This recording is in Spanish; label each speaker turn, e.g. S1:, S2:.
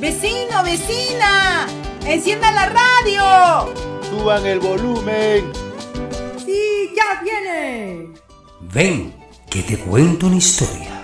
S1: ¡Vecino, vecina! ¡Encienda la radio!
S2: Suban el volumen.
S1: ¡Sí, ya viene!
S3: Ven, que te cuento una historia.